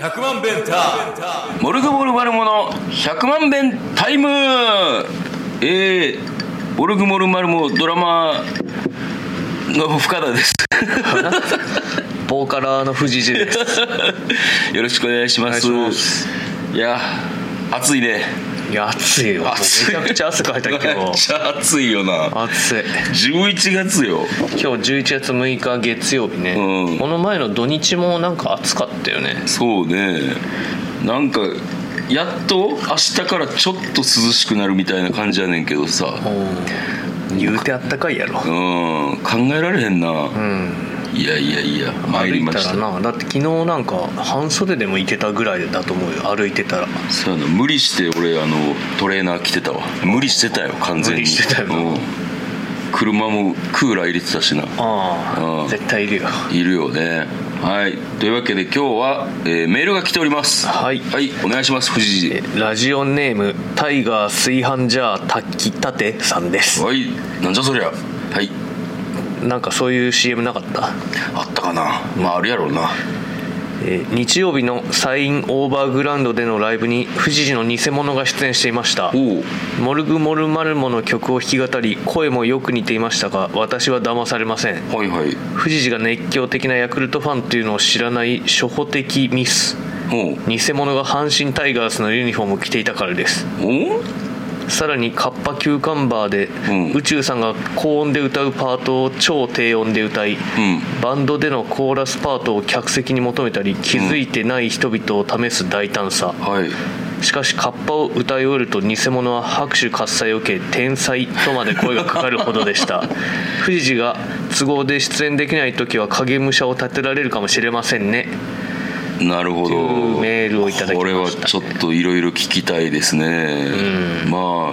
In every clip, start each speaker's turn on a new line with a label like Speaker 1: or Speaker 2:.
Speaker 1: 100万弁タ
Speaker 2: モルグモルマルモの100万遍タイムえー、モルグモルマルモドラマの深田です
Speaker 3: ボーカラーの藤井ジです
Speaker 2: よろしくお願いします
Speaker 3: お願いしま
Speaker 2: いや暑いね
Speaker 3: いや暑いよもうめちゃくちゃ汗かいた
Speaker 2: め
Speaker 3: 今
Speaker 2: っ
Speaker 3: 日
Speaker 2: ちゃ暑いよな
Speaker 3: 暑い
Speaker 2: 11月よ
Speaker 3: 今日11月6日月曜日ね、
Speaker 2: うん
Speaker 3: この前の土日もなんか暑かったよね
Speaker 2: そうねなんかやっと明日からちょっと涼しくなるみたいな感じやねんけどさ
Speaker 3: 言うてあったかいやろ
Speaker 2: うん考えられへんな、
Speaker 3: うん
Speaker 2: いやいやいや参
Speaker 3: 歩
Speaker 2: り
Speaker 3: い
Speaker 2: ま
Speaker 3: た
Speaker 2: した
Speaker 3: らなだって昨日なんか半袖でもいけたぐらいだと思うよ歩いてたら
Speaker 2: そうやな無理して俺あのトレーナー着てたわ無理してたよ完全に
Speaker 3: 無理してたよな
Speaker 2: うん車もクーラー入れてたしな
Speaker 3: あ
Speaker 2: うん
Speaker 3: あ絶対いるよ
Speaker 2: いるよねはいというわけで今日は、えーメールが来ております
Speaker 3: はい
Speaker 2: はいお願いします藤井
Speaker 3: えラジオネームタイガー炊飯ジャー炊きたてさんです
Speaker 2: はいなんじゃそりゃはい
Speaker 3: なんかそういう CM なかった
Speaker 2: あったかなまああるやろうな
Speaker 3: えー日曜日のサインオーバーグラウンドでのライブに藤士の偽物が出演していました
Speaker 2: おお
Speaker 3: モルグモルマルモの曲を弾き語り声もよく似ていましたが私は騙されません
Speaker 2: はいはい
Speaker 3: 藤士が熱狂的なヤクルトファンというのを知らない初歩的ミス
Speaker 2: おう
Speaker 3: 偽物が阪神タイガースのユニフォームを着ていたからです
Speaker 2: おう
Speaker 3: さらにカッパキューカンバーで、
Speaker 2: ん
Speaker 3: 宇宙さんが高音で歌うパートを超低音で歌い、
Speaker 2: ん
Speaker 3: バンドでのコーラスパートを客席に求めたり気づいてない人々を試す大胆さ、
Speaker 2: はい
Speaker 3: しかしカッパを歌い終えると偽物は拍手喝采を受け天才とまで声がかかるほどでした 藤士が都合で出演できない時は影武者を立てられるかもしれませんね
Speaker 2: なるほ
Speaker 3: とい
Speaker 2: ど
Speaker 3: うメールをいただきましたね
Speaker 2: これはちょっといろいろ聞きたいですね、まあ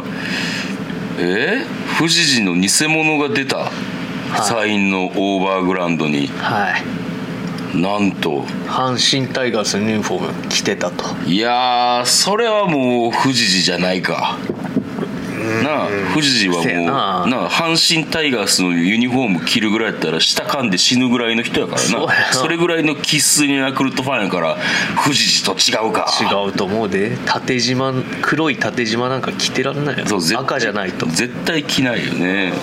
Speaker 2: え富士寺の偽物が出た
Speaker 3: い
Speaker 2: サインのオーバーグラウンドに
Speaker 3: はい
Speaker 2: なんと
Speaker 3: 阪神タイガースのユニフォーム着てたと
Speaker 2: いやーそれはもう富士寺じゃないかなあ富士寺は
Speaker 3: せや
Speaker 2: もう
Speaker 3: な
Speaker 2: なあ阪神タイガースのユニフォーム着るぐらいやったら下噛んで死ぬぐらいの人やからな
Speaker 3: そうやな
Speaker 2: れぐらいの生粋のヤクルトファンやから富士寺と違うか
Speaker 3: 違うと思うで縦縞黒い縦縞なんか着てらんないよ
Speaker 2: そう絶対
Speaker 3: 赤じゃないと
Speaker 2: 絶対着ないよね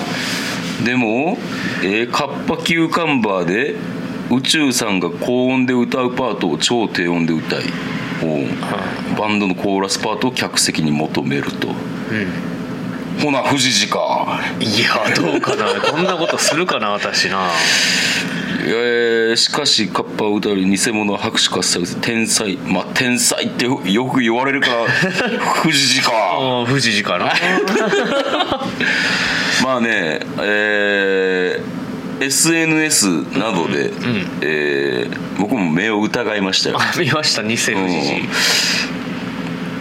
Speaker 2: でも、えーカッパキューカンバーで宇宙さんが高音で歌うパートを超低音で歌いおうバンドのコーラスパートを客席に求めると、ほな富士寺か
Speaker 3: いやどうかなこんなことするかな私な
Speaker 2: えーしかしカッパを歌う偽物は拍手喝采を受け天才まあ天才ってよく言われるから 富士寺か
Speaker 3: ああ富士寺かな
Speaker 2: まあね、えー SNS などで、えー僕も目を疑いましたよ。
Speaker 3: 見ました偽富士
Speaker 2: う
Speaker 3: 寺
Speaker 2: ん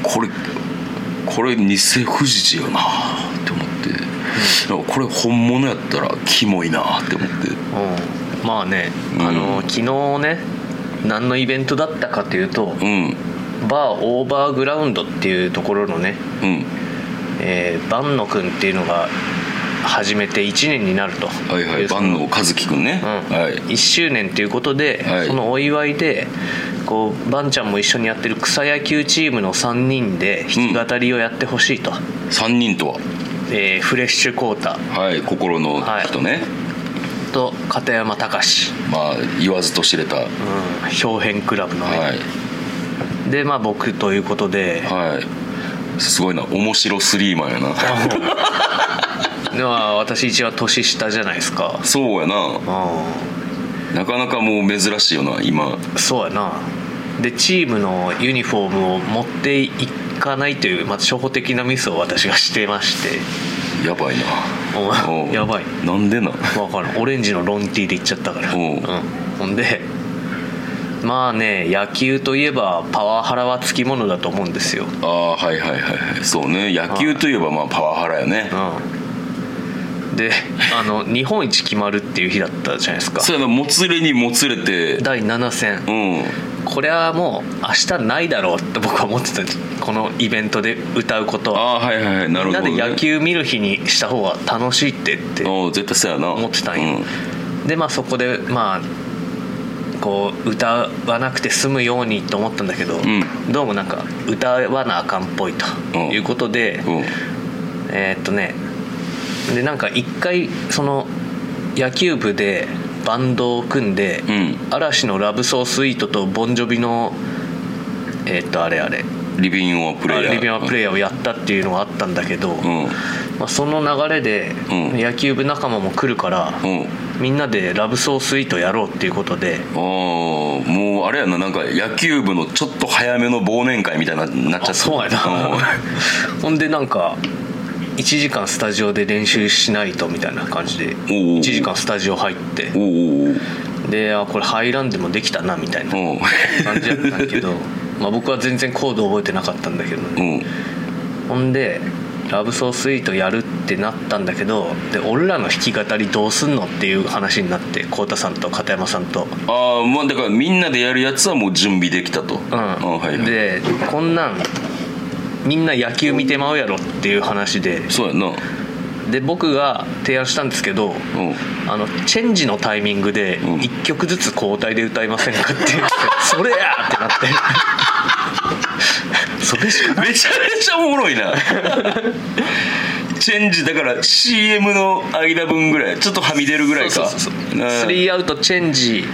Speaker 2: これこれ偽富士寺よなって思って、なんかこれ本物やったらキモいなって思って
Speaker 3: うんまあね、
Speaker 2: うん
Speaker 3: あの昨日ね何のイベントだったかというと、
Speaker 2: うん
Speaker 3: バーオーバーグラウンドっていうところのね、
Speaker 2: うん
Speaker 3: えー、万野くんっていうのが始めて1年になると
Speaker 2: はいはい
Speaker 3: でその
Speaker 2: 万能和樹くんね、
Speaker 3: うん
Speaker 2: はい
Speaker 3: 1周年ということで、
Speaker 2: はい
Speaker 3: そのお祝いでこうバンちゃんも一緒にやってる草野球チームの3人で弾き語りをやってほしいと、
Speaker 2: 3人とは
Speaker 3: えーフレッシュコータ
Speaker 2: はい心の人ね、
Speaker 3: と片山隆、
Speaker 2: まあ言わずと知れた、
Speaker 3: うん、表変クラブのね、
Speaker 2: はい
Speaker 3: でまあ僕ということで、
Speaker 2: はいすごいな面白スリーマンやな
Speaker 3: でまあ私一応年下じゃないですか
Speaker 2: そうやな
Speaker 3: う
Speaker 2: なかなかもう珍しいよな今
Speaker 3: んそうやなでチームのユニフォームを持っていかないという、まあ、初歩的なミスを私がしてまして
Speaker 2: やばいな
Speaker 3: お
Speaker 2: う ん
Speaker 3: やばい
Speaker 2: なんでな
Speaker 3: 分からんオレンジのロンティーで行っちゃったから、
Speaker 2: おうん
Speaker 3: ほんでまあね野球といえばパワハラはつきものだと思うんですよ、
Speaker 2: ああはいはいはいはいそうね野球といえばまあパワハラやね
Speaker 3: うん、であの日本一決まるっていう日だったじゃないですか
Speaker 2: そうやなもつれにもつれて
Speaker 3: 第7戦
Speaker 2: うん
Speaker 3: これはもう明日ないだろうって僕は思ってたんですこのイベントで歌うこと
Speaker 2: あ
Speaker 3: は
Speaker 2: あはいはいはいなるほ
Speaker 3: み
Speaker 2: ど、
Speaker 3: んな
Speaker 2: ね、
Speaker 3: で野球見る日にした方が楽しいってって
Speaker 2: おう絶対そうやな
Speaker 3: 思ってたんよ、
Speaker 2: うん
Speaker 3: でまあそこでまあこう歌わなくて済むようにと思ったんだけど、
Speaker 2: ん
Speaker 3: どうもなんか歌わなあかんっぽいと
Speaker 2: うん
Speaker 3: いうことで、
Speaker 2: うん
Speaker 3: えーっとねでなんか一回その野球部でバンドを組んで、
Speaker 2: うん
Speaker 3: 嵐の「ラブソースイートとボンジョビのえーっとあれあれ
Speaker 2: リビングオアプレイヤー
Speaker 3: リビアプレイヤーをやったっていうのがあったんだけど、
Speaker 2: うん
Speaker 3: まあ、その流れで
Speaker 2: うん
Speaker 3: 野球部仲間も来るから、
Speaker 2: うん
Speaker 3: みんなで「ラブソースイートやろうっていうことで
Speaker 2: あーもうあれやななんか野球部のちょっと早めの忘年会みたいななっちゃった
Speaker 3: あそうやな ほんでなんか1時間スタジオで練習しないとみたいな感じで
Speaker 2: おうおう
Speaker 3: 1時間スタジオ入って
Speaker 2: おおお
Speaker 3: であこれハイランドもできたなみたいな
Speaker 2: お
Speaker 3: 感じだったんだ けどまあ僕は全然コード覚えてなかったんだけどね
Speaker 2: うんうん
Speaker 3: ほんで「ラブソースイートやるってなったんだけどで俺らの弾き語りどうすんのっていう話になって浩太さんと片山さんと
Speaker 2: ああまあだからみんなでやるやつはもう準備できたと、
Speaker 3: うん、
Speaker 2: あーはいはい
Speaker 3: でこんなんみんな野球見てまうやろっていう話で
Speaker 2: そうやな
Speaker 3: で僕が提案したんですけど
Speaker 2: うん
Speaker 3: あのチェンジのタイミングで
Speaker 2: うん
Speaker 3: 1曲ずつ交代で歌いませんかって言って、 それやってなって それしか
Speaker 2: めちゃめちゃおもろいな チェンジだから CM の間分ぐらいちょっとはみ出るぐらいか
Speaker 3: そうそうそう
Speaker 2: うん
Speaker 3: スリーアウトチェンジ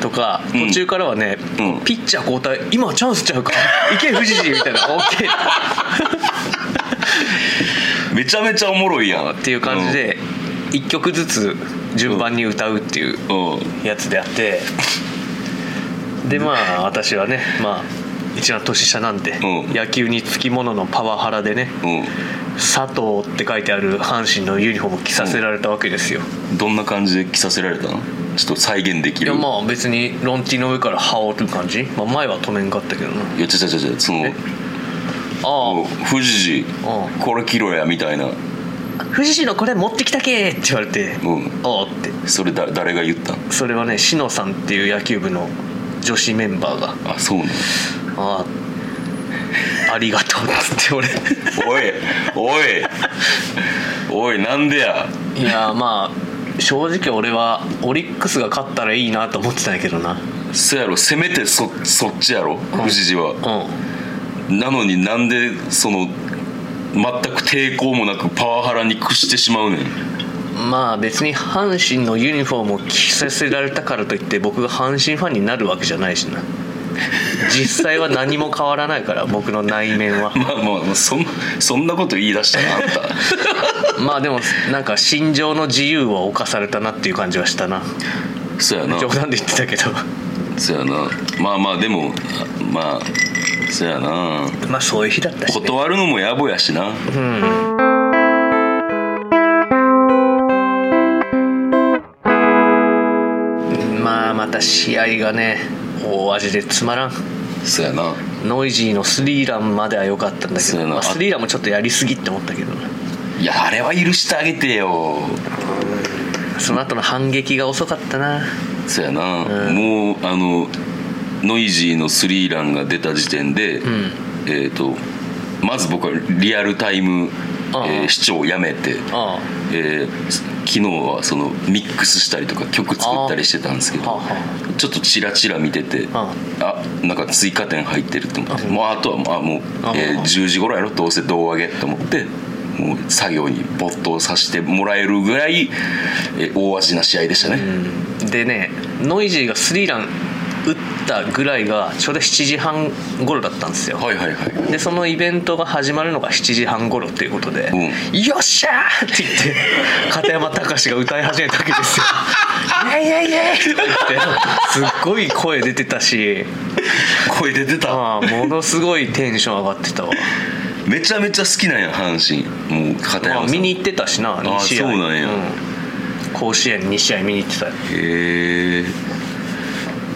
Speaker 3: とか
Speaker 2: ん
Speaker 3: 途中からはね、
Speaker 2: うん
Speaker 3: ピッチャー交代今チャンスち ゃうかいけ富士みたいな OK
Speaker 2: めちゃめちゃおもろいやんっ
Speaker 3: っていう感じ、で1曲ずつ順番に歌うっていう
Speaker 2: うんうん
Speaker 3: やつであってでまあ私はねまあ一番年下なんで、
Speaker 2: うん
Speaker 3: 野球につきもののパワハラでね「佐藤」って書いてある阪神のユニフォームを着させられたわけですよ、
Speaker 2: うん、どんな感じで着させられたのちょっと再現でき
Speaker 3: い
Speaker 2: る
Speaker 3: やまあ別にロンティの上から羽織る感じ、まあ、前は止めんかったけどな
Speaker 2: や違う
Speaker 3: い
Speaker 2: 違う違うその
Speaker 3: あ
Speaker 2: もう富士寺
Speaker 3: う
Speaker 2: これ着ろやみたいな
Speaker 3: あ富士市のこれ持ってきたけって言われて「
Speaker 2: うん
Speaker 3: ああ」って
Speaker 2: それだ誰が言ったん
Speaker 3: それはね志乃さんっていう野球部の女子メンバーが
Speaker 2: あそうなの
Speaker 3: 「ああありがとう」っつって俺
Speaker 2: おいおいおいなんでや
Speaker 3: いやーまあ正直俺はオリックスが勝ったらいいなと思ってたんやけどな
Speaker 2: そやろせめてそそっちやろ富士寺は
Speaker 3: う
Speaker 2: なのになんでその全く抵抗もなくパワハラに屈してしまうねん
Speaker 3: んまあ別に阪神のユニフォームを着させられたからといって僕が阪神ファンになるわけじゃないしな実際は何も変わらないから僕の内面は
Speaker 2: まあまあまあそんそんなこと言い出したなあん
Speaker 3: まあでもなんか心情の自由は侵されたなっていう感じはしたな
Speaker 2: たそやな
Speaker 3: 冗談で言ってたけど
Speaker 2: そやなまあまあでもまあそやな
Speaker 3: まあそういう日だったし、ね、
Speaker 2: 断るのも野暮やしな
Speaker 3: うんまあまた試合がね大味でつまらん
Speaker 2: そやな
Speaker 3: ノイジーのスリーランまでは良かったんだけ
Speaker 2: そう
Speaker 3: ど、
Speaker 2: やな
Speaker 3: まあ
Speaker 2: あ
Speaker 3: スリーランもちょっとやりすぎって思ったけど
Speaker 2: いやあれは許してあげてよ
Speaker 3: その後の反撃が遅かったな
Speaker 2: そやな、
Speaker 3: うん
Speaker 2: もうあのノイジーのスリーランが出た時点で、
Speaker 3: ん
Speaker 2: えっ、とまず僕はリアルタイム、
Speaker 3: ああ
Speaker 2: えー視聴をやめて、
Speaker 3: あ
Speaker 2: えー昨日はそのミックスしたりとか曲作ったりしてたんですけ
Speaker 3: あは
Speaker 2: ど
Speaker 3: あは
Speaker 2: ちょっとチラチラ見てて
Speaker 3: あ
Speaker 2: あなんか追加点入ってると思ってもうあとはもうあもう
Speaker 3: あ
Speaker 2: えー
Speaker 3: あ
Speaker 2: 10時頃やろどうせ胴上げと思ってもう作業に没頭させてもらえるぐらい、えー大味な試合でした
Speaker 3: あう
Speaker 2: ね、
Speaker 3: んでねノイジーがスリーラン打ったぐらいがちょうど7時半頃だったんですよ
Speaker 2: はいはいはい
Speaker 3: でそのイベントが始まるのが7時半頃っていうことで「
Speaker 2: う
Speaker 3: よっしゃー!」って言 って片山隆が歌い始めたわけですよ「イエイエイエイ!」とか言ってすっごい声出てたし
Speaker 2: 声出てた
Speaker 3: ああものすごいテンション上がってたわ、
Speaker 2: めちゃめちゃ好きなんや阪神もう片
Speaker 3: まあ、
Speaker 2: 山さん
Speaker 3: 見に行ってたしな2試合
Speaker 2: そうなんや
Speaker 3: 甲子園2試合見に行ってたよ
Speaker 2: へえ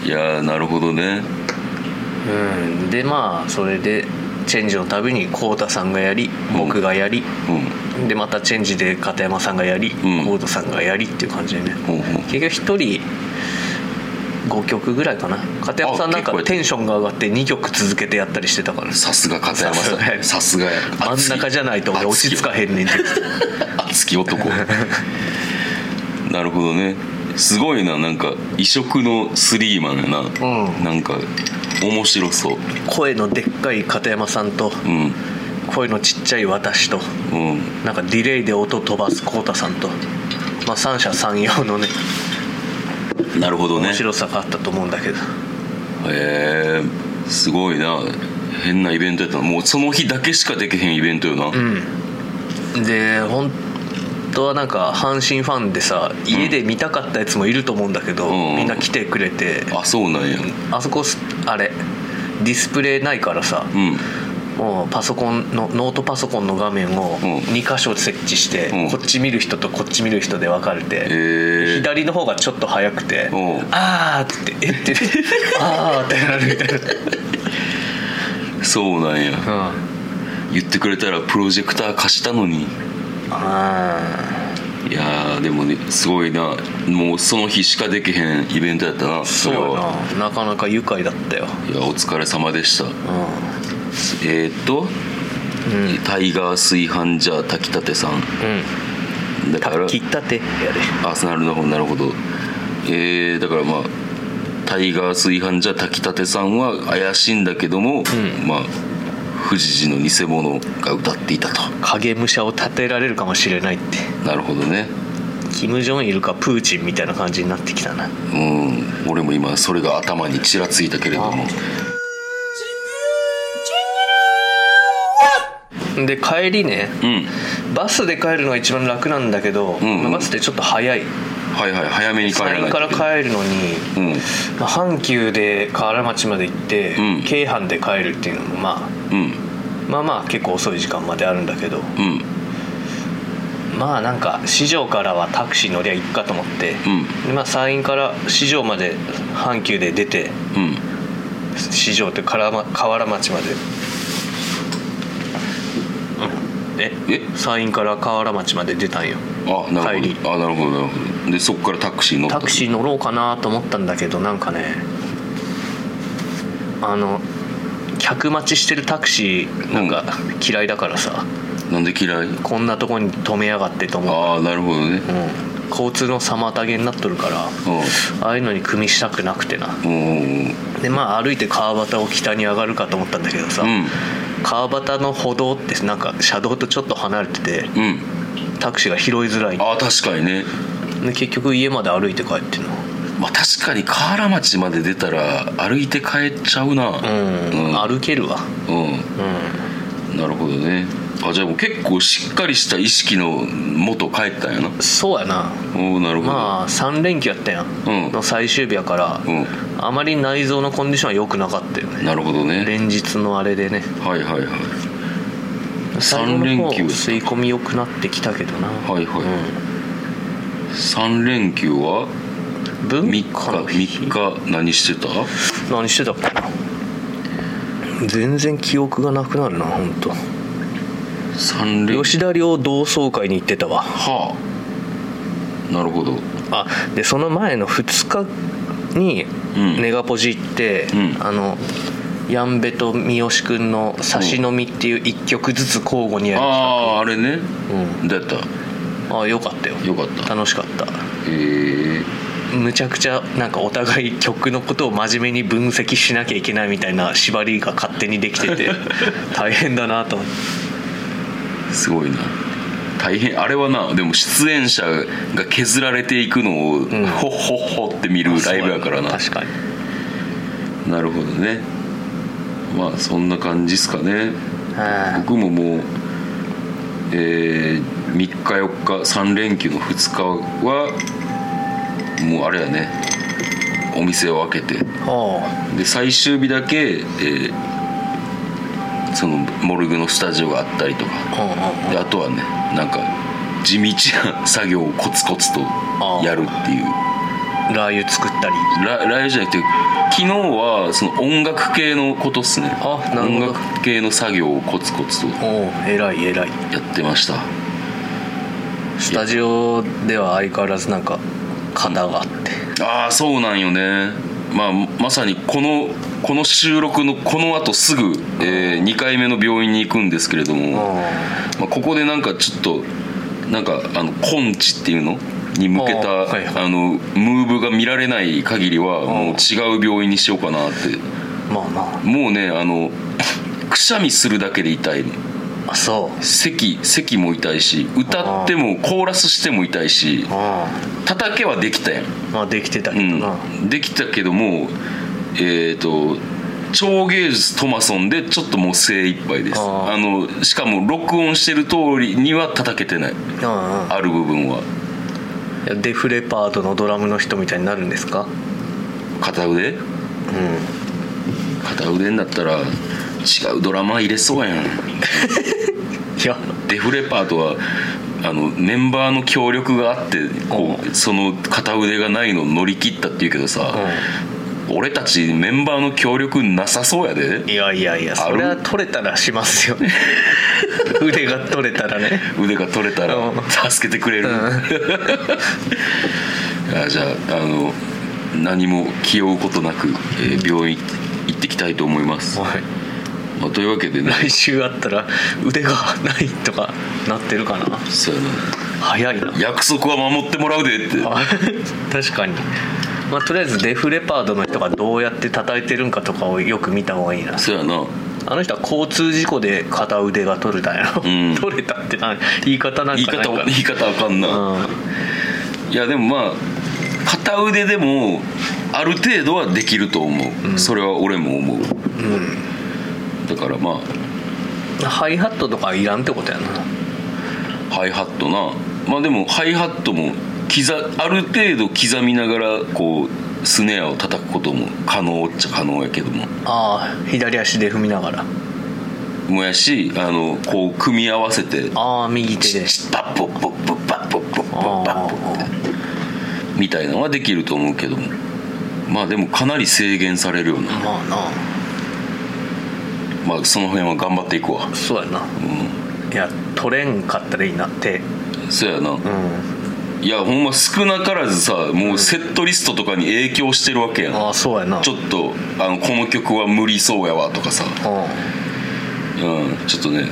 Speaker 2: いやーなるほどね
Speaker 3: うんでまあそれでチェンジのたびに浩太さんがやり僕がやり、
Speaker 2: うん
Speaker 3: でまたチェンジで片山さんがやり
Speaker 2: ん
Speaker 3: コードさんがやりっていう感じでね、
Speaker 2: ほうほう
Speaker 3: 結局1人5曲ぐらいかな片山さんな
Speaker 2: あ
Speaker 3: ん
Speaker 2: 結構やっ
Speaker 3: か
Speaker 2: てる
Speaker 3: テンションが上がって2曲続けてやったりしてたから
Speaker 2: さすが片山さ
Speaker 3: さす
Speaker 2: ん
Speaker 3: がや
Speaker 2: さすがや
Speaker 3: 真ん中じゃないと俺落ち着かへんねんって
Speaker 2: 熱き男なるほどねすごいななんか異色のスリーマンやな、
Speaker 3: ん
Speaker 2: なんか面白そう
Speaker 3: 声のでっかい片山さんと
Speaker 2: うん
Speaker 3: 声のちっちゃい私と
Speaker 2: うん
Speaker 3: なんかディレイで音飛ばすコウタさんと、まあ、三者三様のね
Speaker 2: なるほどね
Speaker 3: 面白さがあったと思うんだけど、
Speaker 2: へえすごいな変なイベントやったなもうその日だけしかできへんイベントよな、
Speaker 3: うんで本当はなんか阪神ファンでさ家で見たかったやつもいると思うんだけど、
Speaker 2: うん
Speaker 3: みんな来てくれて
Speaker 2: あそうなんや
Speaker 3: あそこすあれディスプレイないからさ、
Speaker 2: うん
Speaker 3: もうパソコンのノートパソコンの画面を
Speaker 2: うん
Speaker 3: 2箇所設置して、
Speaker 2: うん
Speaker 3: こっち見る人とこっち見る人で分かれて、
Speaker 2: へえ
Speaker 3: 左の方がちょっと早くて
Speaker 2: うん
Speaker 3: 「あー」って言 って「えっ?」て「あー」ってなるみたい
Speaker 2: そうなんや
Speaker 3: な、あ
Speaker 2: 言ってくれたらプロジェクター貸したのに
Speaker 3: あ
Speaker 2: いやーでもねすごいなもうその日しかできへんイベントやったな
Speaker 3: そ
Speaker 2: そうれ
Speaker 3: や
Speaker 2: は
Speaker 3: ななかなか愉快だったよ
Speaker 2: いやお疲れ様でした
Speaker 3: う
Speaker 2: えー、っと、
Speaker 3: んうん
Speaker 2: タイガー炊飯ジャー炊きたてさん
Speaker 3: うん
Speaker 2: だから
Speaker 3: 切ったてやで
Speaker 2: あなるほどなるほどえー、だからまあタイガー炊飯ジャー炊きたてさんは怪しいんだけども、
Speaker 3: ん
Speaker 2: まあ富士寺の偽物が歌っていたと
Speaker 3: 影武者を立てられるかもしれないって
Speaker 2: なるほどね
Speaker 3: キム・ジョンイルかプーチンみたいな感じになってきたな
Speaker 2: うん俺も今それが頭にちらついたけれども
Speaker 3: で帰りね
Speaker 2: うん
Speaker 3: バスで帰るのが一番楽なんだけど、
Speaker 2: んうん
Speaker 3: バスってちょっと早い
Speaker 2: はいはい早めに帰ら
Speaker 3: 山
Speaker 2: ない
Speaker 3: 陰
Speaker 2: と
Speaker 3: から帰るのに、
Speaker 2: うん
Speaker 3: まあ、阪急で河原町まで行って、
Speaker 2: うん
Speaker 3: 京阪で帰るっていうのも、まあ、
Speaker 2: うん
Speaker 3: まあまあ結構遅い時間まであるんだけど
Speaker 2: うん
Speaker 3: まあなんか市場からはタクシー乗りゃ行くかと思って、
Speaker 2: うん
Speaker 3: でまあ、山陰から市場まで阪急で出て
Speaker 2: うん
Speaker 3: 市場ってからま河原町まで、うん、え
Speaker 2: え
Speaker 3: 山陰から河原町まで出たんよ
Speaker 2: あなる
Speaker 3: 帰
Speaker 2: ほどあなるほどなるほどでそこからタクシー乗った
Speaker 3: タクシー乗ろうかなと思ったんだけどなんかねあの客待ちしてるタクシーなんか嫌いだからさ、
Speaker 2: なんで嫌い
Speaker 3: こんなとこに止めやがってと思う、
Speaker 2: ああなるほどね
Speaker 3: うん、交通の妨げになっとるからああいうのに組みしたくなくてな
Speaker 2: うんうんうん
Speaker 3: でまあ歩いて川端を北に上がるかと思ったんだけどさ、
Speaker 2: うん
Speaker 3: 川端の歩道ってなんか車道とちょっと離れてて
Speaker 2: うん
Speaker 3: タクシーが拾いづらい
Speaker 2: ああ確かにね
Speaker 3: で結局家まで歩いて帰ってんの
Speaker 2: まあ確かに河原町まで出たら歩いて帰っちゃうな
Speaker 3: うん、歩けるわ
Speaker 2: うん、
Speaker 3: うん
Speaker 2: なるほどねあじゃあもう結構しっかりした意識のもと帰ったんやな
Speaker 3: そうやな
Speaker 2: おおなるほど、
Speaker 3: まあ3連休やったやん、
Speaker 2: うん
Speaker 3: の最終日やから、
Speaker 2: うん
Speaker 3: あまり内臓のコンディションは良くなかったよね
Speaker 2: なるほどね
Speaker 3: 連日のあれでね
Speaker 2: はいはいはい
Speaker 3: 最後の
Speaker 2: 三連
Speaker 3: 方
Speaker 2: 休
Speaker 3: 吸い込み良くなってきたけどな
Speaker 2: はいはい、三3連休は
Speaker 3: うん、文
Speaker 2: 3日
Speaker 3: 化の日
Speaker 2: 3日何してた
Speaker 3: 何してたっけな全然記憶がなくなるな本
Speaker 2: 三連
Speaker 3: 当。吉田寮同窓会に行ってたわ
Speaker 2: はあなるほど
Speaker 3: あでその前の2日に
Speaker 2: うん
Speaker 3: ネガポジ行って、
Speaker 2: うん
Speaker 3: あのやんべと三好くんの「差し飲み」っていう1曲ずつ交互にやりました
Speaker 2: ああーあれね
Speaker 3: うん
Speaker 2: どうやった
Speaker 3: あよかったよ
Speaker 2: よかった
Speaker 3: 楽しかった
Speaker 2: へえ
Speaker 3: むちゃくちゃなんかお互い曲のことを真面目に分析しなきゃいけないみたいな縛りが勝手にできて て大変だなと思って
Speaker 2: すごいな大変あれはなでも出演者が削られていくのを、
Speaker 3: ん
Speaker 2: ほっほっほって見るライブやからな
Speaker 3: 確かに
Speaker 2: なるほどねまあそんな感じっすかね
Speaker 3: あ
Speaker 2: 僕ももうえ3日4日3連休の2日はもうあれやねお店を開けて
Speaker 3: あおう
Speaker 2: で最終日だけ、えーそのモルグのスタジオがあったりとか
Speaker 3: うんうん
Speaker 2: であとはねなんか地道な作業をコツコツとやるっていう
Speaker 3: うんラー油作ったり
Speaker 2: ラライブじゃなくて昨日はその音楽系のことっすね
Speaker 3: あなるほど
Speaker 2: 音楽系の作業をコツコツと
Speaker 3: おう偉い偉い
Speaker 2: やってました
Speaker 3: スタジオでは相変わらずなんか型があって
Speaker 2: ああそうなんよねまあまさにこのこの収録のこのあとすぐ、え2回目の病院に行くんですけれども、
Speaker 3: あ
Speaker 2: まあ、ここでなんかちょっとなんかあの根治っていうのに向けた、
Speaker 3: あーはいはい
Speaker 2: あのムーブが見られない限りはもう違う病院にしようかなって
Speaker 3: まあな
Speaker 2: もうねあの くしゃみするだけで痛いの
Speaker 3: あそう
Speaker 2: 咳咳も痛いし歌ってもコーラスしても痛いし
Speaker 3: あ
Speaker 2: 叩けはできたやん
Speaker 3: あまあできてたけ
Speaker 2: う
Speaker 3: どな、
Speaker 2: ん、できたけどもえっ、と超芸術トマソンでちょっともう精一杯です
Speaker 3: あ
Speaker 2: あ
Speaker 3: ー
Speaker 2: のしかも録音してる通りには叩けてない
Speaker 3: うんうん
Speaker 2: ある部分はい
Speaker 3: やデフレパードのドラムの人みたいになるんですか
Speaker 2: 片腕
Speaker 3: うん
Speaker 2: 片腕になったら違うドラマー入れそうやん
Speaker 3: いや
Speaker 2: デフレパートはあのメンバーの協力があってこうその片腕がないのを乗り切ったっていうけどさ、俺たちメンバーの協力なさそうやで
Speaker 3: いやいやいやそれは取れたらしますよ 腕が取れたらね
Speaker 2: 腕が取れたら
Speaker 3: うん
Speaker 2: 助けてくれる、
Speaker 3: うん
Speaker 2: あじゃああの何も気負うことなく、えー病院行ってきたいと思います、まあというわけでね
Speaker 3: 来週あったら腕がないとかなってるかな
Speaker 2: そうやな
Speaker 3: 早いな
Speaker 2: 約束は守ってもらうでって
Speaker 3: あ確かに、まあ、とりあえずデフレパードの人がどうやって叩いてるんかとかをよく見た方がいいな
Speaker 2: そうやな
Speaker 3: あの人は交通事故で片腕が取れたんやろ、
Speaker 2: うん
Speaker 3: 取れたってな言い方なんか
Speaker 2: 言い
Speaker 3: ないから
Speaker 2: 方言い方あかんな、
Speaker 3: う
Speaker 2: いやでもまあ片腕でもある程度はできると思う、それは俺も思う、だからま
Speaker 3: んハイハットとかいらんってことやな
Speaker 2: あハイハットなまあでもハイハットも刻ある程度刻みながらこうスネアを叩くことも可能っちゃ可能やけども
Speaker 3: ああ左足で踏みながら
Speaker 2: もやしあのこう組み合わせて
Speaker 3: ああ右手
Speaker 2: チ
Speaker 3: で
Speaker 2: ッチッパッポッポッポッパッポッポッポ
Speaker 3: あ
Speaker 2: ッパッポッ
Speaker 3: あ
Speaker 2: みたいなのはできると思うけどもまあでもかなり制限されるよな
Speaker 3: まあな
Speaker 2: まあその辺は頑張っていくわ
Speaker 3: そうやな
Speaker 2: う
Speaker 3: いや取れんかったらいいなって
Speaker 2: んそうやな、
Speaker 3: うん
Speaker 2: いやほんま少なからずさもうセットリストとかに影響してるわけやん、
Speaker 3: ああそうやな
Speaker 2: ちょっとあのこの曲は無理そうやわとかさ、
Speaker 3: う
Speaker 2: うん、ちょっとね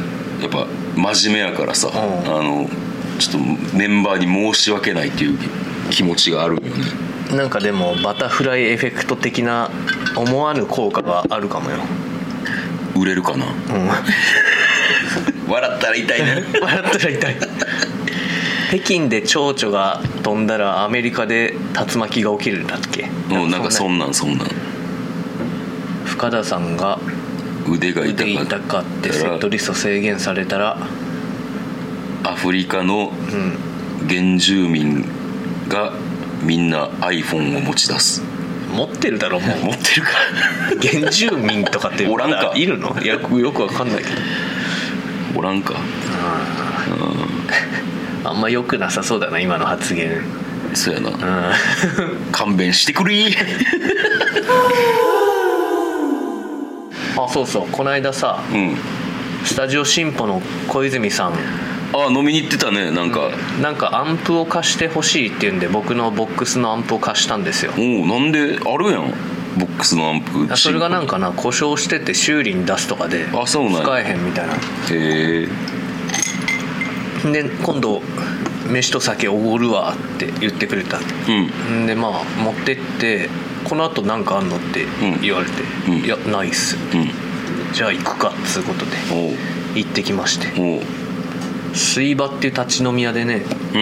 Speaker 2: やっぱ真面目やからさ、あのちょっとメンバーに申し訳ないっていう気持ちがあるんよね
Speaker 3: んなんかでもバタフライエフェクト的な思わぬ効果があるかもよ、
Speaker 2: 売れるかな
Speaker 3: うん、
Speaker 2: 笑ったら痛い ね
Speaker 3: 笑ったら痛い北京で蝶々が飛んだらアメリカで竜巻が起きるんだっけ
Speaker 2: うんなんかそんなんそんなん
Speaker 3: 深田さんが
Speaker 2: 腕が
Speaker 3: 腕
Speaker 2: 痛
Speaker 3: 痛
Speaker 2: か
Speaker 3: か
Speaker 2: っ
Speaker 3: ってセッ
Speaker 2: た
Speaker 3: ト
Speaker 2: ら
Speaker 3: リスト制限されたら
Speaker 2: アフリカの
Speaker 3: うん
Speaker 2: 原住民がみんな iPhone を持ち出す
Speaker 3: 持ってるだろもう
Speaker 2: 持ってるか
Speaker 3: 原住民とかっ て
Speaker 2: おらんか
Speaker 3: まだいるのいやよくわかんないけど
Speaker 2: おらんか
Speaker 3: あんま良くなさそうだな今の発言
Speaker 2: そうやな
Speaker 3: うん
Speaker 2: 勘弁してく れ
Speaker 3: あそうそうこの間さ
Speaker 2: うん
Speaker 3: スタジオ進歩の小泉さん
Speaker 2: あ飲みに行ってたねなんか、
Speaker 3: なんかアンプを貸してほしいっていうんで僕のボックスのアンプを貸したんですよ
Speaker 2: おおなんであるやんボックスのアンプ
Speaker 3: あそれがなん
Speaker 2: か
Speaker 3: かな故障してて修理に出すとかで
Speaker 2: あそうなんや
Speaker 3: 使えへんみたいな
Speaker 2: へえ
Speaker 3: で今度飯と酒おごるわって言ってくれた
Speaker 2: うん
Speaker 3: んでまあ持ってってこのあと何かあんのって
Speaker 2: うん
Speaker 3: 言われて「
Speaker 2: うん
Speaker 3: いやないっす」じゃあ行くかっつうことで
Speaker 2: う
Speaker 3: 行ってきまして
Speaker 2: んおうおう
Speaker 3: 水場っていう立ち飲み屋でね
Speaker 2: う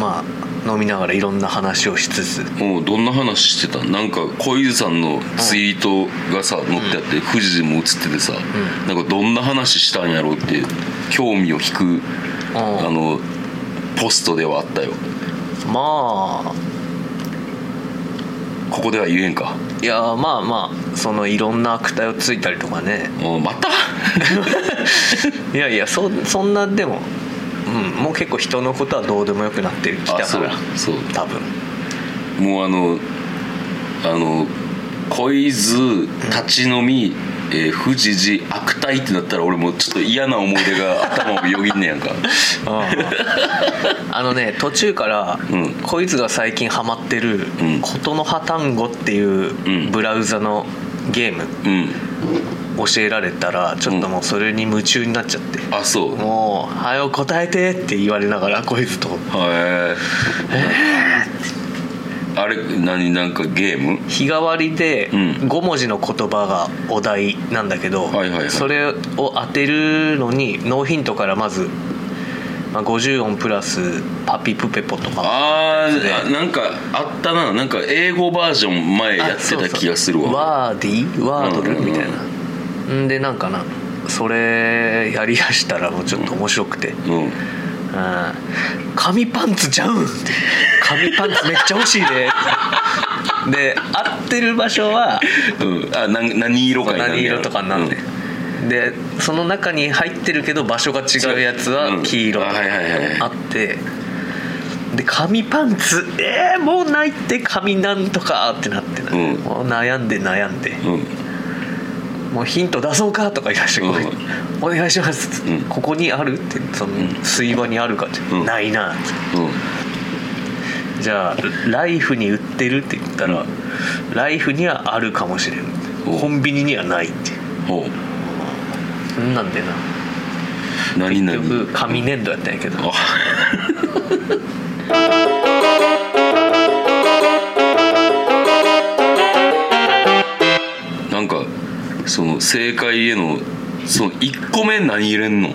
Speaker 3: まあ飲みながらいろんな話をしつつ
Speaker 2: んおうどんな話してたなんか小泉さんのツイートがさ載ってあって、富士も映っててさ、なんかどんな話したんやろうって興味を引く、あのポストではあったよ
Speaker 3: まあ
Speaker 2: ここでは言えんか
Speaker 3: いやまあまあそのいろんな悪態をついたりとかね
Speaker 2: おうまた
Speaker 3: いやいやそそんなでも、うん、もう結構人のことはどうでもよくなってきた
Speaker 2: あそ
Speaker 3: か
Speaker 2: う
Speaker 3: ら
Speaker 2: そう
Speaker 3: 多分
Speaker 2: もうあのあの恋ず立ち飲み、えー富士寺悪態ってなったら俺もうちょっと嫌な思い出が頭をよぎんねやんか
Speaker 3: あのね途中から、
Speaker 2: うん
Speaker 3: こいつが最近ハマってる
Speaker 2: うん
Speaker 3: 「ことの葉単語」っていうブラウザのゲーム
Speaker 2: うん
Speaker 3: 教えられたらちょっともうそれに夢中になっちゃって、
Speaker 2: あそうへ
Speaker 3: もう「はよ答えて」って言われながらこいつと
Speaker 2: えあれ何なんかゲーム
Speaker 3: 日替わりで
Speaker 2: うん
Speaker 3: 5文字の言葉がお題なんだけど、
Speaker 2: はいはいはい
Speaker 3: それを当てるのにノーヒントからまず、まあ、50音プラス「パピプペポ」とか
Speaker 2: あーあなんかあったななんか英語バージョン前やって
Speaker 3: あそ
Speaker 2: た
Speaker 3: うそう
Speaker 2: 気がするわ
Speaker 3: ワーディワードル
Speaker 2: うんうんうん
Speaker 3: みたいな、んでなんかなそれやりだしたらもうちょっと面白くて
Speaker 2: うんうん
Speaker 3: うん紙パンツちゃうんって紙パンツめっちゃ欲しいでで合ってる場所は
Speaker 2: あなん何色かになんね
Speaker 3: 何
Speaker 2: や
Speaker 3: 色とかになんで、でその中に入ってるけど場所が違うやつは黄色と
Speaker 2: うんあ
Speaker 3: か
Speaker 2: はいはいはい
Speaker 3: あってで紙パンツえー、もうないって紙なんとかってなってな、
Speaker 2: うん
Speaker 3: もう悩んで悩んで、
Speaker 2: うんうん
Speaker 3: もうヒント出そうかとか言い出して、
Speaker 2: うん
Speaker 3: お願いします、
Speaker 2: うん
Speaker 3: ここにあるってその水場にあるかって、
Speaker 2: うん
Speaker 3: ないなって
Speaker 2: うん
Speaker 3: じゃあライフに売ってるって言ったら、ライフにはあるかもしれん
Speaker 2: お
Speaker 3: コンビニにはないって
Speaker 2: ほう
Speaker 3: そんなんでな
Speaker 2: 何
Speaker 3: 結
Speaker 2: 何
Speaker 3: 局紙粘土やったんやけど
Speaker 2: あ なんかその正解へのその1個目何入れんの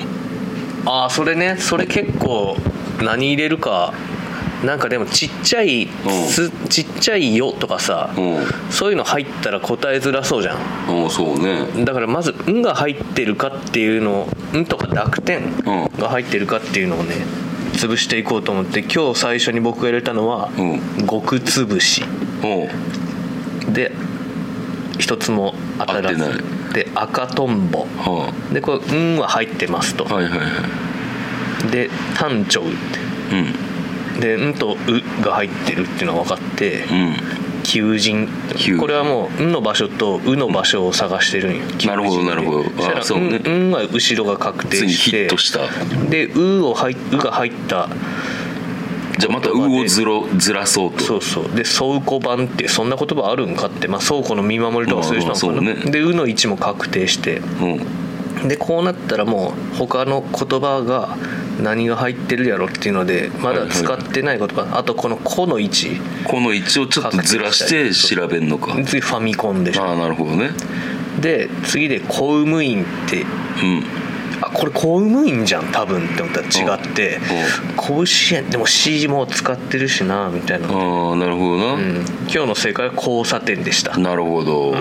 Speaker 3: ああそれねそれ結構何入れるかなんかでもちっちゃい
Speaker 2: うん
Speaker 3: すちっちゃいよとかさ
Speaker 2: う
Speaker 3: そういうの入ったら答えづらそうじゃん
Speaker 2: んうんそうね
Speaker 3: だからまず「ん」が入ってるかっていうの「ん」とか濁点
Speaker 2: う
Speaker 3: が入ってるかっていうのをね潰していこうと思って今日最初に僕が入れたのは
Speaker 2: うん
Speaker 3: 「極潰し」
Speaker 2: おう
Speaker 3: で一つも当たら
Speaker 2: 合って
Speaker 3: ずで赤とんぼ
Speaker 2: は
Speaker 3: でこれ「ん」は入ってますと
Speaker 2: あ、はいはいはい
Speaker 3: で「単調」っ
Speaker 2: うん
Speaker 3: てで「ん」と「う」が入ってるっていうのが分かって
Speaker 2: う
Speaker 3: 「求人
Speaker 2: 求」人
Speaker 3: これはもう「ん」の場所と「う」の場所を探してるんよ求
Speaker 2: な
Speaker 3: 人
Speaker 2: るほどなるほど
Speaker 3: そした
Speaker 2: あそうね
Speaker 3: ら「ん」んは後ろが確
Speaker 2: んつい
Speaker 3: 定
Speaker 2: に
Speaker 3: し
Speaker 2: ヒ
Speaker 3: て
Speaker 2: ットした
Speaker 3: で「う」を入っうが入った
Speaker 2: じゃあまた「う」をずろずらそうと
Speaker 3: そうそうで倉庫版ってそんな言葉あるんかって、まあ、倉庫の見守りとかする人なのかな、
Speaker 2: まあまあそうね
Speaker 3: で「う」の位置も確定して
Speaker 2: うん
Speaker 3: でこうなったらもう他の言葉が何が入ってるやろっていうのでまだ使ってない言葉、あとこの「こ」の位置
Speaker 2: この一応ちょっとずらして調べんのか
Speaker 3: 次ファミコンでし
Speaker 2: あ
Speaker 3: ょ
Speaker 2: あなるほどね
Speaker 3: で次で「公務員」って
Speaker 2: うん
Speaker 3: あこれ公務員じゃん多分って思ったら違って「甲子園」でも「C」も使ってるしなみたいな、うん
Speaker 2: ああなるほどな、
Speaker 3: 今日の正解は「交差点」でした
Speaker 2: なるほど、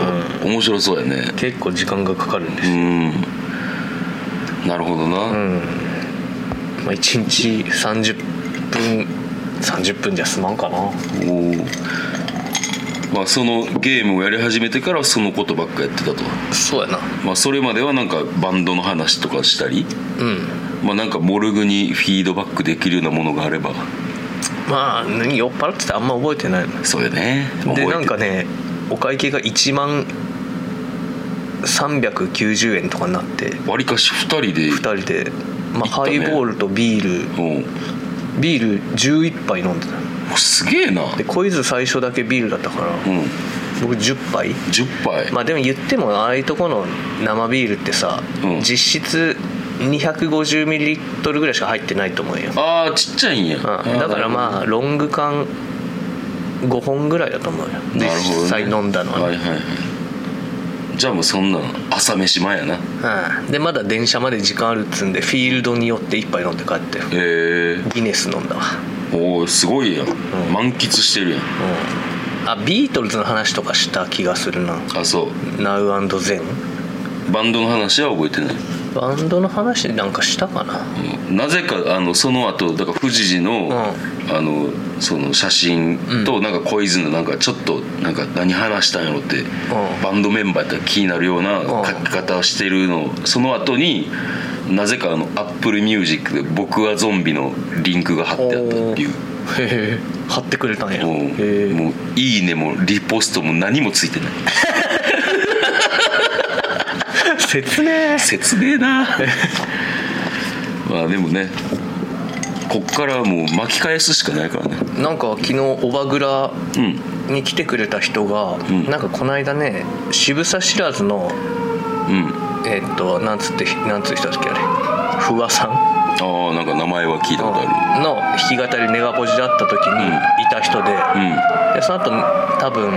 Speaker 2: 面白そうやね
Speaker 3: 結構時間がかかるんで
Speaker 2: う
Speaker 3: す、
Speaker 2: んなるほどな、
Speaker 3: まあ、1日30分30分じゃ済まんかな
Speaker 2: おーまあ、そのゲームをやり始めてからはそのことばっかやってたと、
Speaker 3: そうやな
Speaker 2: まあ、それまではなんかバンドの話とかしたり、
Speaker 3: うん
Speaker 2: まあ、なんかモルグにフィードバックできるようなものがあれば
Speaker 3: まあ何酔っ払っててあんま覚えてないの
Speaker 2: そうよね覚え
Speaker 3: で
Speaker 2: て
Speaker 3: なんかねお会計が1万390円とかになって
Speaker 2: わりかし2人で
Speaker 3: 2人で、まあ、
Speaker 2: 行った
Speaker 3: ハ
Speaker 2: ね
Speaker 3: イボールとビール
Speaker 2: うん
Speaker 3: ビール11杯飲んでた
Speaker 2: おすげえな、
Speaker 3: でコイズ最初だけビールだったから
Speaker 2: うん、
Speaker 3: 僕10杯
Speaker 2: 10杯、
Speaker 3: まあでも言ってもああいうとこの生ビールってさ、
Speaker 2: うん
Speaker 3: 実質250ミリリットルぐらいしか入ってないと思うよ、
Speaker 2: ああちっちゃいんや、
Speaker 3: うん、だからまあロング缶5本ぐらいだと思う
Speaker 2: あ
Speaker 3: よ
Speaker 2: なるほど、ね、
Speaker 3: 実際飲んだのはね、
Speaker 2: はいはいはいじゃあもうそんなの朝飯前やなへ
Speaker 3: うんでまだ電車まで時間あるっつうんでフィールドによって一杯飲んで帰って
Speaker 2: え
Speaker 3: ギネス飲んだわ、
Speaker 2: おおすごいやん、
Speaker 3: ん
Speaker 2: 満喫してるやん
Speaker 3: うん、あビートルズの話とかした気がするな
Speaker 2: あそう
Speaker 3: Now Zen
Speaker 2: バンドの話は覚えてない、
Speaker 3: バンドの話なんかしたかな
Speaker 2: うんなぜかあのその後だから富士寺の,、あのその写真となんか小泉のなんかちょっとなんか何話したんやろって、バンドメンバーやったら気になるような書き方をしてるのをその後になぜかあのアップルミュージックで「僕はゾンビ」のリンクが貼ってあったっていう。
Speaker 3: へえ貼ってくれたんや
Speaker 2: もう
Speaker 3: へえ
Speaker 2: もういいねもリポストも何もついてない
Speaker 3: 説 明
Speaker 2: 切ねえなまあでもねこっからはもう巻き返すしかないからね
Speaker 3: なんか昨日オバグラ
Speaker 2: うん
Speaker 3: に来てくれた人が、
Speaker 2: ん
Speaker 3: なんかこの間ね渋沢知らずの
Speaker 2: うん
Speaker 3: えっとなんつってなんつう人だっけあれ不破さん
Speaker 2: ああなんか名前は聞いたことあ
Speaker 3: の弾き語りネガポジで会った時にいた人
Speaker 2: る
Speaker 3: で,、
Speaker 2: うんあ
Speaker 3: でその後多分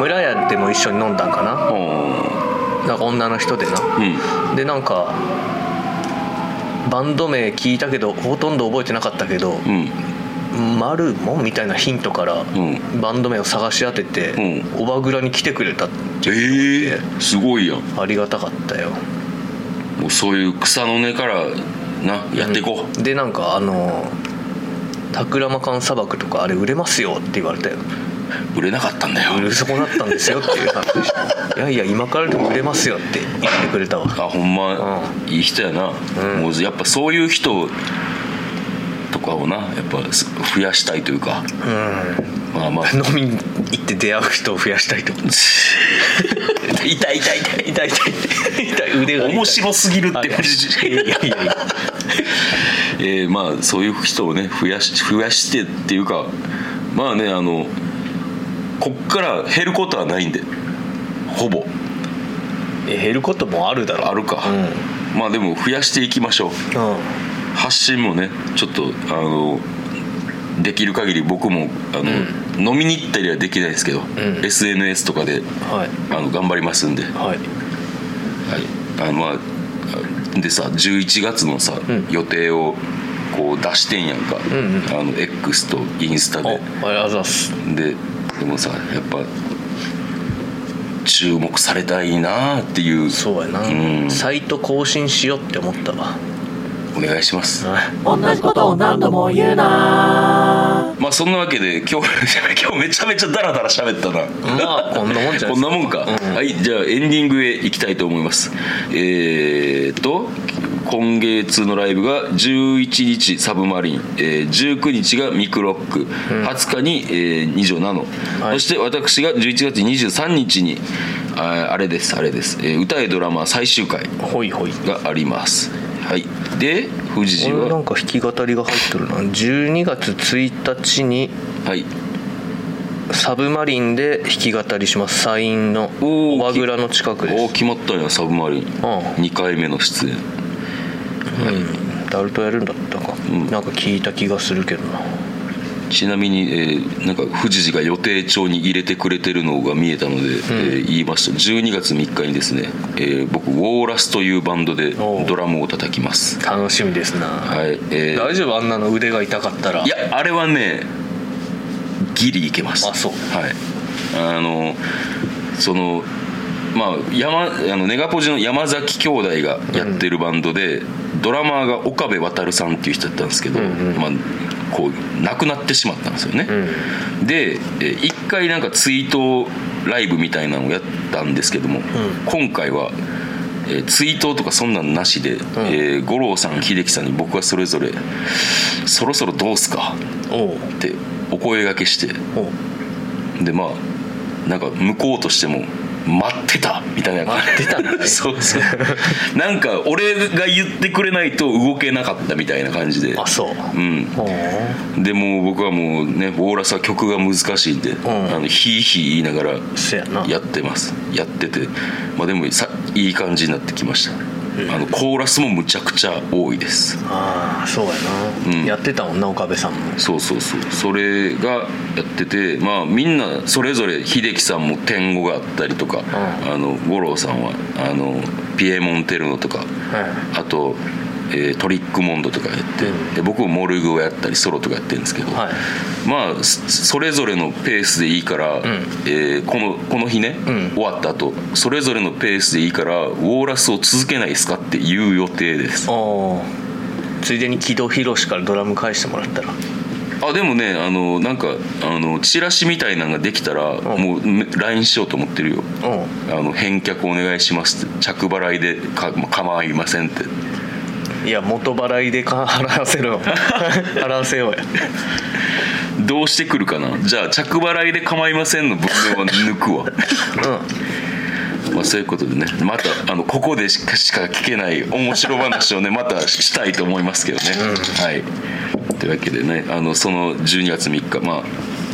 Speaker 3: 村屋でも一緒に飲んだんかな
Speaker 2: あ
Speaker 3: なんか女の人でな
Speaker 2: うん
Speaker 3: でなんかバンド名聞いたけどほとんど覚えてなかったけど
Speaker 2: うん
Speaker 3: 「マルモン」みたいなヒントから
Speaker 2: ん
Speaker 3: バンド名を探し当てて
Speaker 2: う
Speaker 3: オバグラに来てくれた
Speaker 2: ええー、すごいやん
Speaker 3: ありがたかったよ
Speaker 2: もうそういう草の根からなやっていこう、
Speaker 3: でなんかあの「タクラマカン砂漠」とかあれ売れますよって言われたよ
Speaker 2: 売れなかったんだよ
Speaker 3: 売れ損なったんですよっていう 話でしたいやいや今からでも売れますよって言ってくれたわ
Speaker 2: あほんま、
Speaker 3: う
Speaker 2: いい人やな、
Speaker 3: うん
Speaker 2: もうやっぱそういう人とかをなやっぱす増やしたいというか
Speaker 3: うん
Speaker 2: まあまあ
Speaker 3: 飲みに行って出会う人を増やしたいと思って
Speaker 2: 痛い痛い痛い
Speaker 3: 痛い痛い痛い痛い腕が痛い
Speaker 2: 面白すぎるって
Speaker 3: あいやいやいやいや
Speaker 2: えーまあそういう人をね増やし増やしてっていうかまあねあのこっから減ることはないんでほぼ
Speaker 3: え減ることもあるだろ
Speaker 2: あるか、まあでも増やしていきましょう
Speaker 3: うん、うん、
Speaker 2: 発信もねちょっとあのできる限り僕もあの、飲みに行ったりはできないですけど、
Speaker 3: ん
Speaker 2: SNS とかで
Speaker 3: はい
Speaker 2: あの頑張りますんで、はい、
Speaker 3: はい
Speaker 2: あのまああでさ11月のさ、
Speaker 3: ん
Speaker 2: 予定をこう出してんやんか、
Speaker 3: んうん
Speaker 2: あの X とインスタ
Speaker 3: お
Speaker 2: で
Speaker 3: ありがとうございます
Speaker 2: ででもさやっぱ注目されたいなっていう
Speaker 3: そうやな、
Speaker 2: ん
Speaker 3: サイト更新しようって思ったわ
Speaker 2: お願いします
Speaker 4: 同じことを何度も言うな
Speaker 2: まあそんなわけで今日 今日めちゃめちゃダラダラ喋ったな
Speaker 3: まあこんなもんじゃない
Speaker 2: こんなもんか、はいじゃあエンディングへ行きたいと思いますえー、と今月のライブが11日サブマリン、えー19日がミクロック、20日に、えー、二条ナノ、
Speaker 3: はい
Speaker 2: そして私が11月23日にああれですあれです、えー歌えドラマ最終回
Speaker 3: ほいほい
Speaker 2: がありますはいで富士
Speaker 3: 俺な
Speaker 2: は
Speaker 3: んか弾き語りが入ってるな12月1日に
Speaker 2: はい
Speaker 3: サブマリンで弾き語りしますサインの
Speaker 2: おー
Speaker 3: 小和倉の近く
Speaker 2: お
Speaker 3: で
Speaker 2: お決まったんやサブマリン
Speaker 3: ん
Speaker 2: 2回目の出演
Speaker 3: すうん誰とやるんだったか、
Speaker 2: ん
Speaker 3: なんか聞いた気がするけどな
Speaker 2: ちなみに、えーなんか富士が予定帳に入れてくれてるのが見えたので、えー言いました12月3日にですね、えー僕ウォーラスというバンドで
Speaker 3: おう
Speaker 2: ドラムを叩きます
Speaker 3: 楽しみですな、
Speaker 2: はいえー
Speaker 3: 大丈夫あんなの腕が痛かったら
Speaker 2: いやあれはねギリいけます
Speaker 3: あそう
Speaker 2: はいあのそのまあ山あのネガポジの山崎兄弟がやってるバンドで、ドラマーが岡部渉さんっていう人だったんですけど、
Speaker 3: うんうん
Speaker 2: まあ、こう亡くなってしまったんですよね、でえ一回なんか追悼ライブみたいなのをやったんですけども、今回は、えー追悼とかそんなんなしで、えー五郎さん秀樹さんに僕はそれぞれ「そろそろどうすか?」
Speaker 3: おう
Speaker 2: ってお声がけして
Speaker 3: おう
Speaker 2: でまあなんか向こうとしても「待ってた」みたいな
Speaker 3: 待ってたんだ ね
Speaker 2: そうそうなんか俺が言ってくれないと動けなかったみたいな感じで
Speaker 3: あそう
Speaker 2: うん
Speaker 3: おう
Speaker 2: でもう僕はもうねオーラスは曲が難しいんで、あのヒーヒー言いなが
Speaker 3: せやな
Speaker 2: らやってますやってて、まあ、でもさいい感じになってきました、あのコーラスもむちゃくちゃ多いです
Speaker 3: ああそうやな、
Speaker 2: うん
Speaker 3: やってたもんな岡部さんも
Speaker 2: そうそうそうそれがやっててまあみんなそれぞれ秀樹さんも天狗があったりとか、あの五郎さんはあのピエモンテルノとか、
Speaker 3: ん
Speaker 2: あと、えートリックモンドとかやって、で僕もモルグをやったりソロとかやってるんですけど、
Speaker 3: はい
Speaker 2: まあそそれぞれのペースでいいから、えーこのこの日ね、
Speaker 3: ん
Speaker 2: 終わった後それぞれのペースでいいからウォーラスを続けないですかっていう予定です
Speaker 3: おうついでに木戸博からドラム返してもらったら
Speaker 2: あでもねあのなんかあのチラシみたいなのができたら、もうめ LINE しようと思ってるよ
Speaker 3: おう
Speaker 2: あの返却お願いしますって着払いでかま構いませんって
Speaker 3: いや元払いでか払わせ ろよ払わせようや
Speaker 2: どうしてくるかなじゃあ着払いで構いませんの文面は抜くわ
Speaker 3: う
Speaker 2: まあそういうことでねまたあのここでしかしか聞けない面白話を ねまたしたいと思いますけどね、はいというわけでねあのその12月3日まあ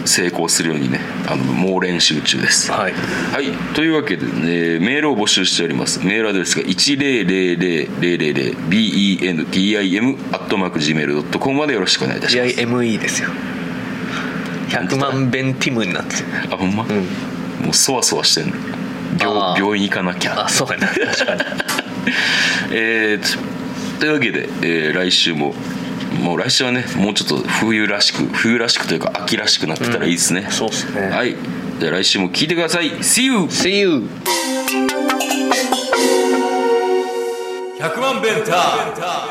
Speaker 2: 成功するようにねあの猛練習中です
Speaker 3: はい
Speaker 2: はい、というわけで、ね、メールを募集しておりますメールアドレスが 1000000bentim.gmail.com までよろしくお願いいたします
Speaker 3: GIME ですよ100万ベンティムになってる
Speaker 2: あほんま、
Speaker 3: ん
Speaker 2: もうそわそわしてんの病
Speaker 3: あー
Speaker 2: 病院行かなきゃ
Speaker 3: あそうやな確かに
Speaker 2: えーとというわけで、えー来週ももう来週はねもうちょっと冬らしく冬らしくというか秋らしくなってたらいいですね、
Speaker 3: そうっすね
Speaker 2: はいじゃあ来週も聞いてください See you!
Speaker 3: See you!
Speaker 1: 100万ベンター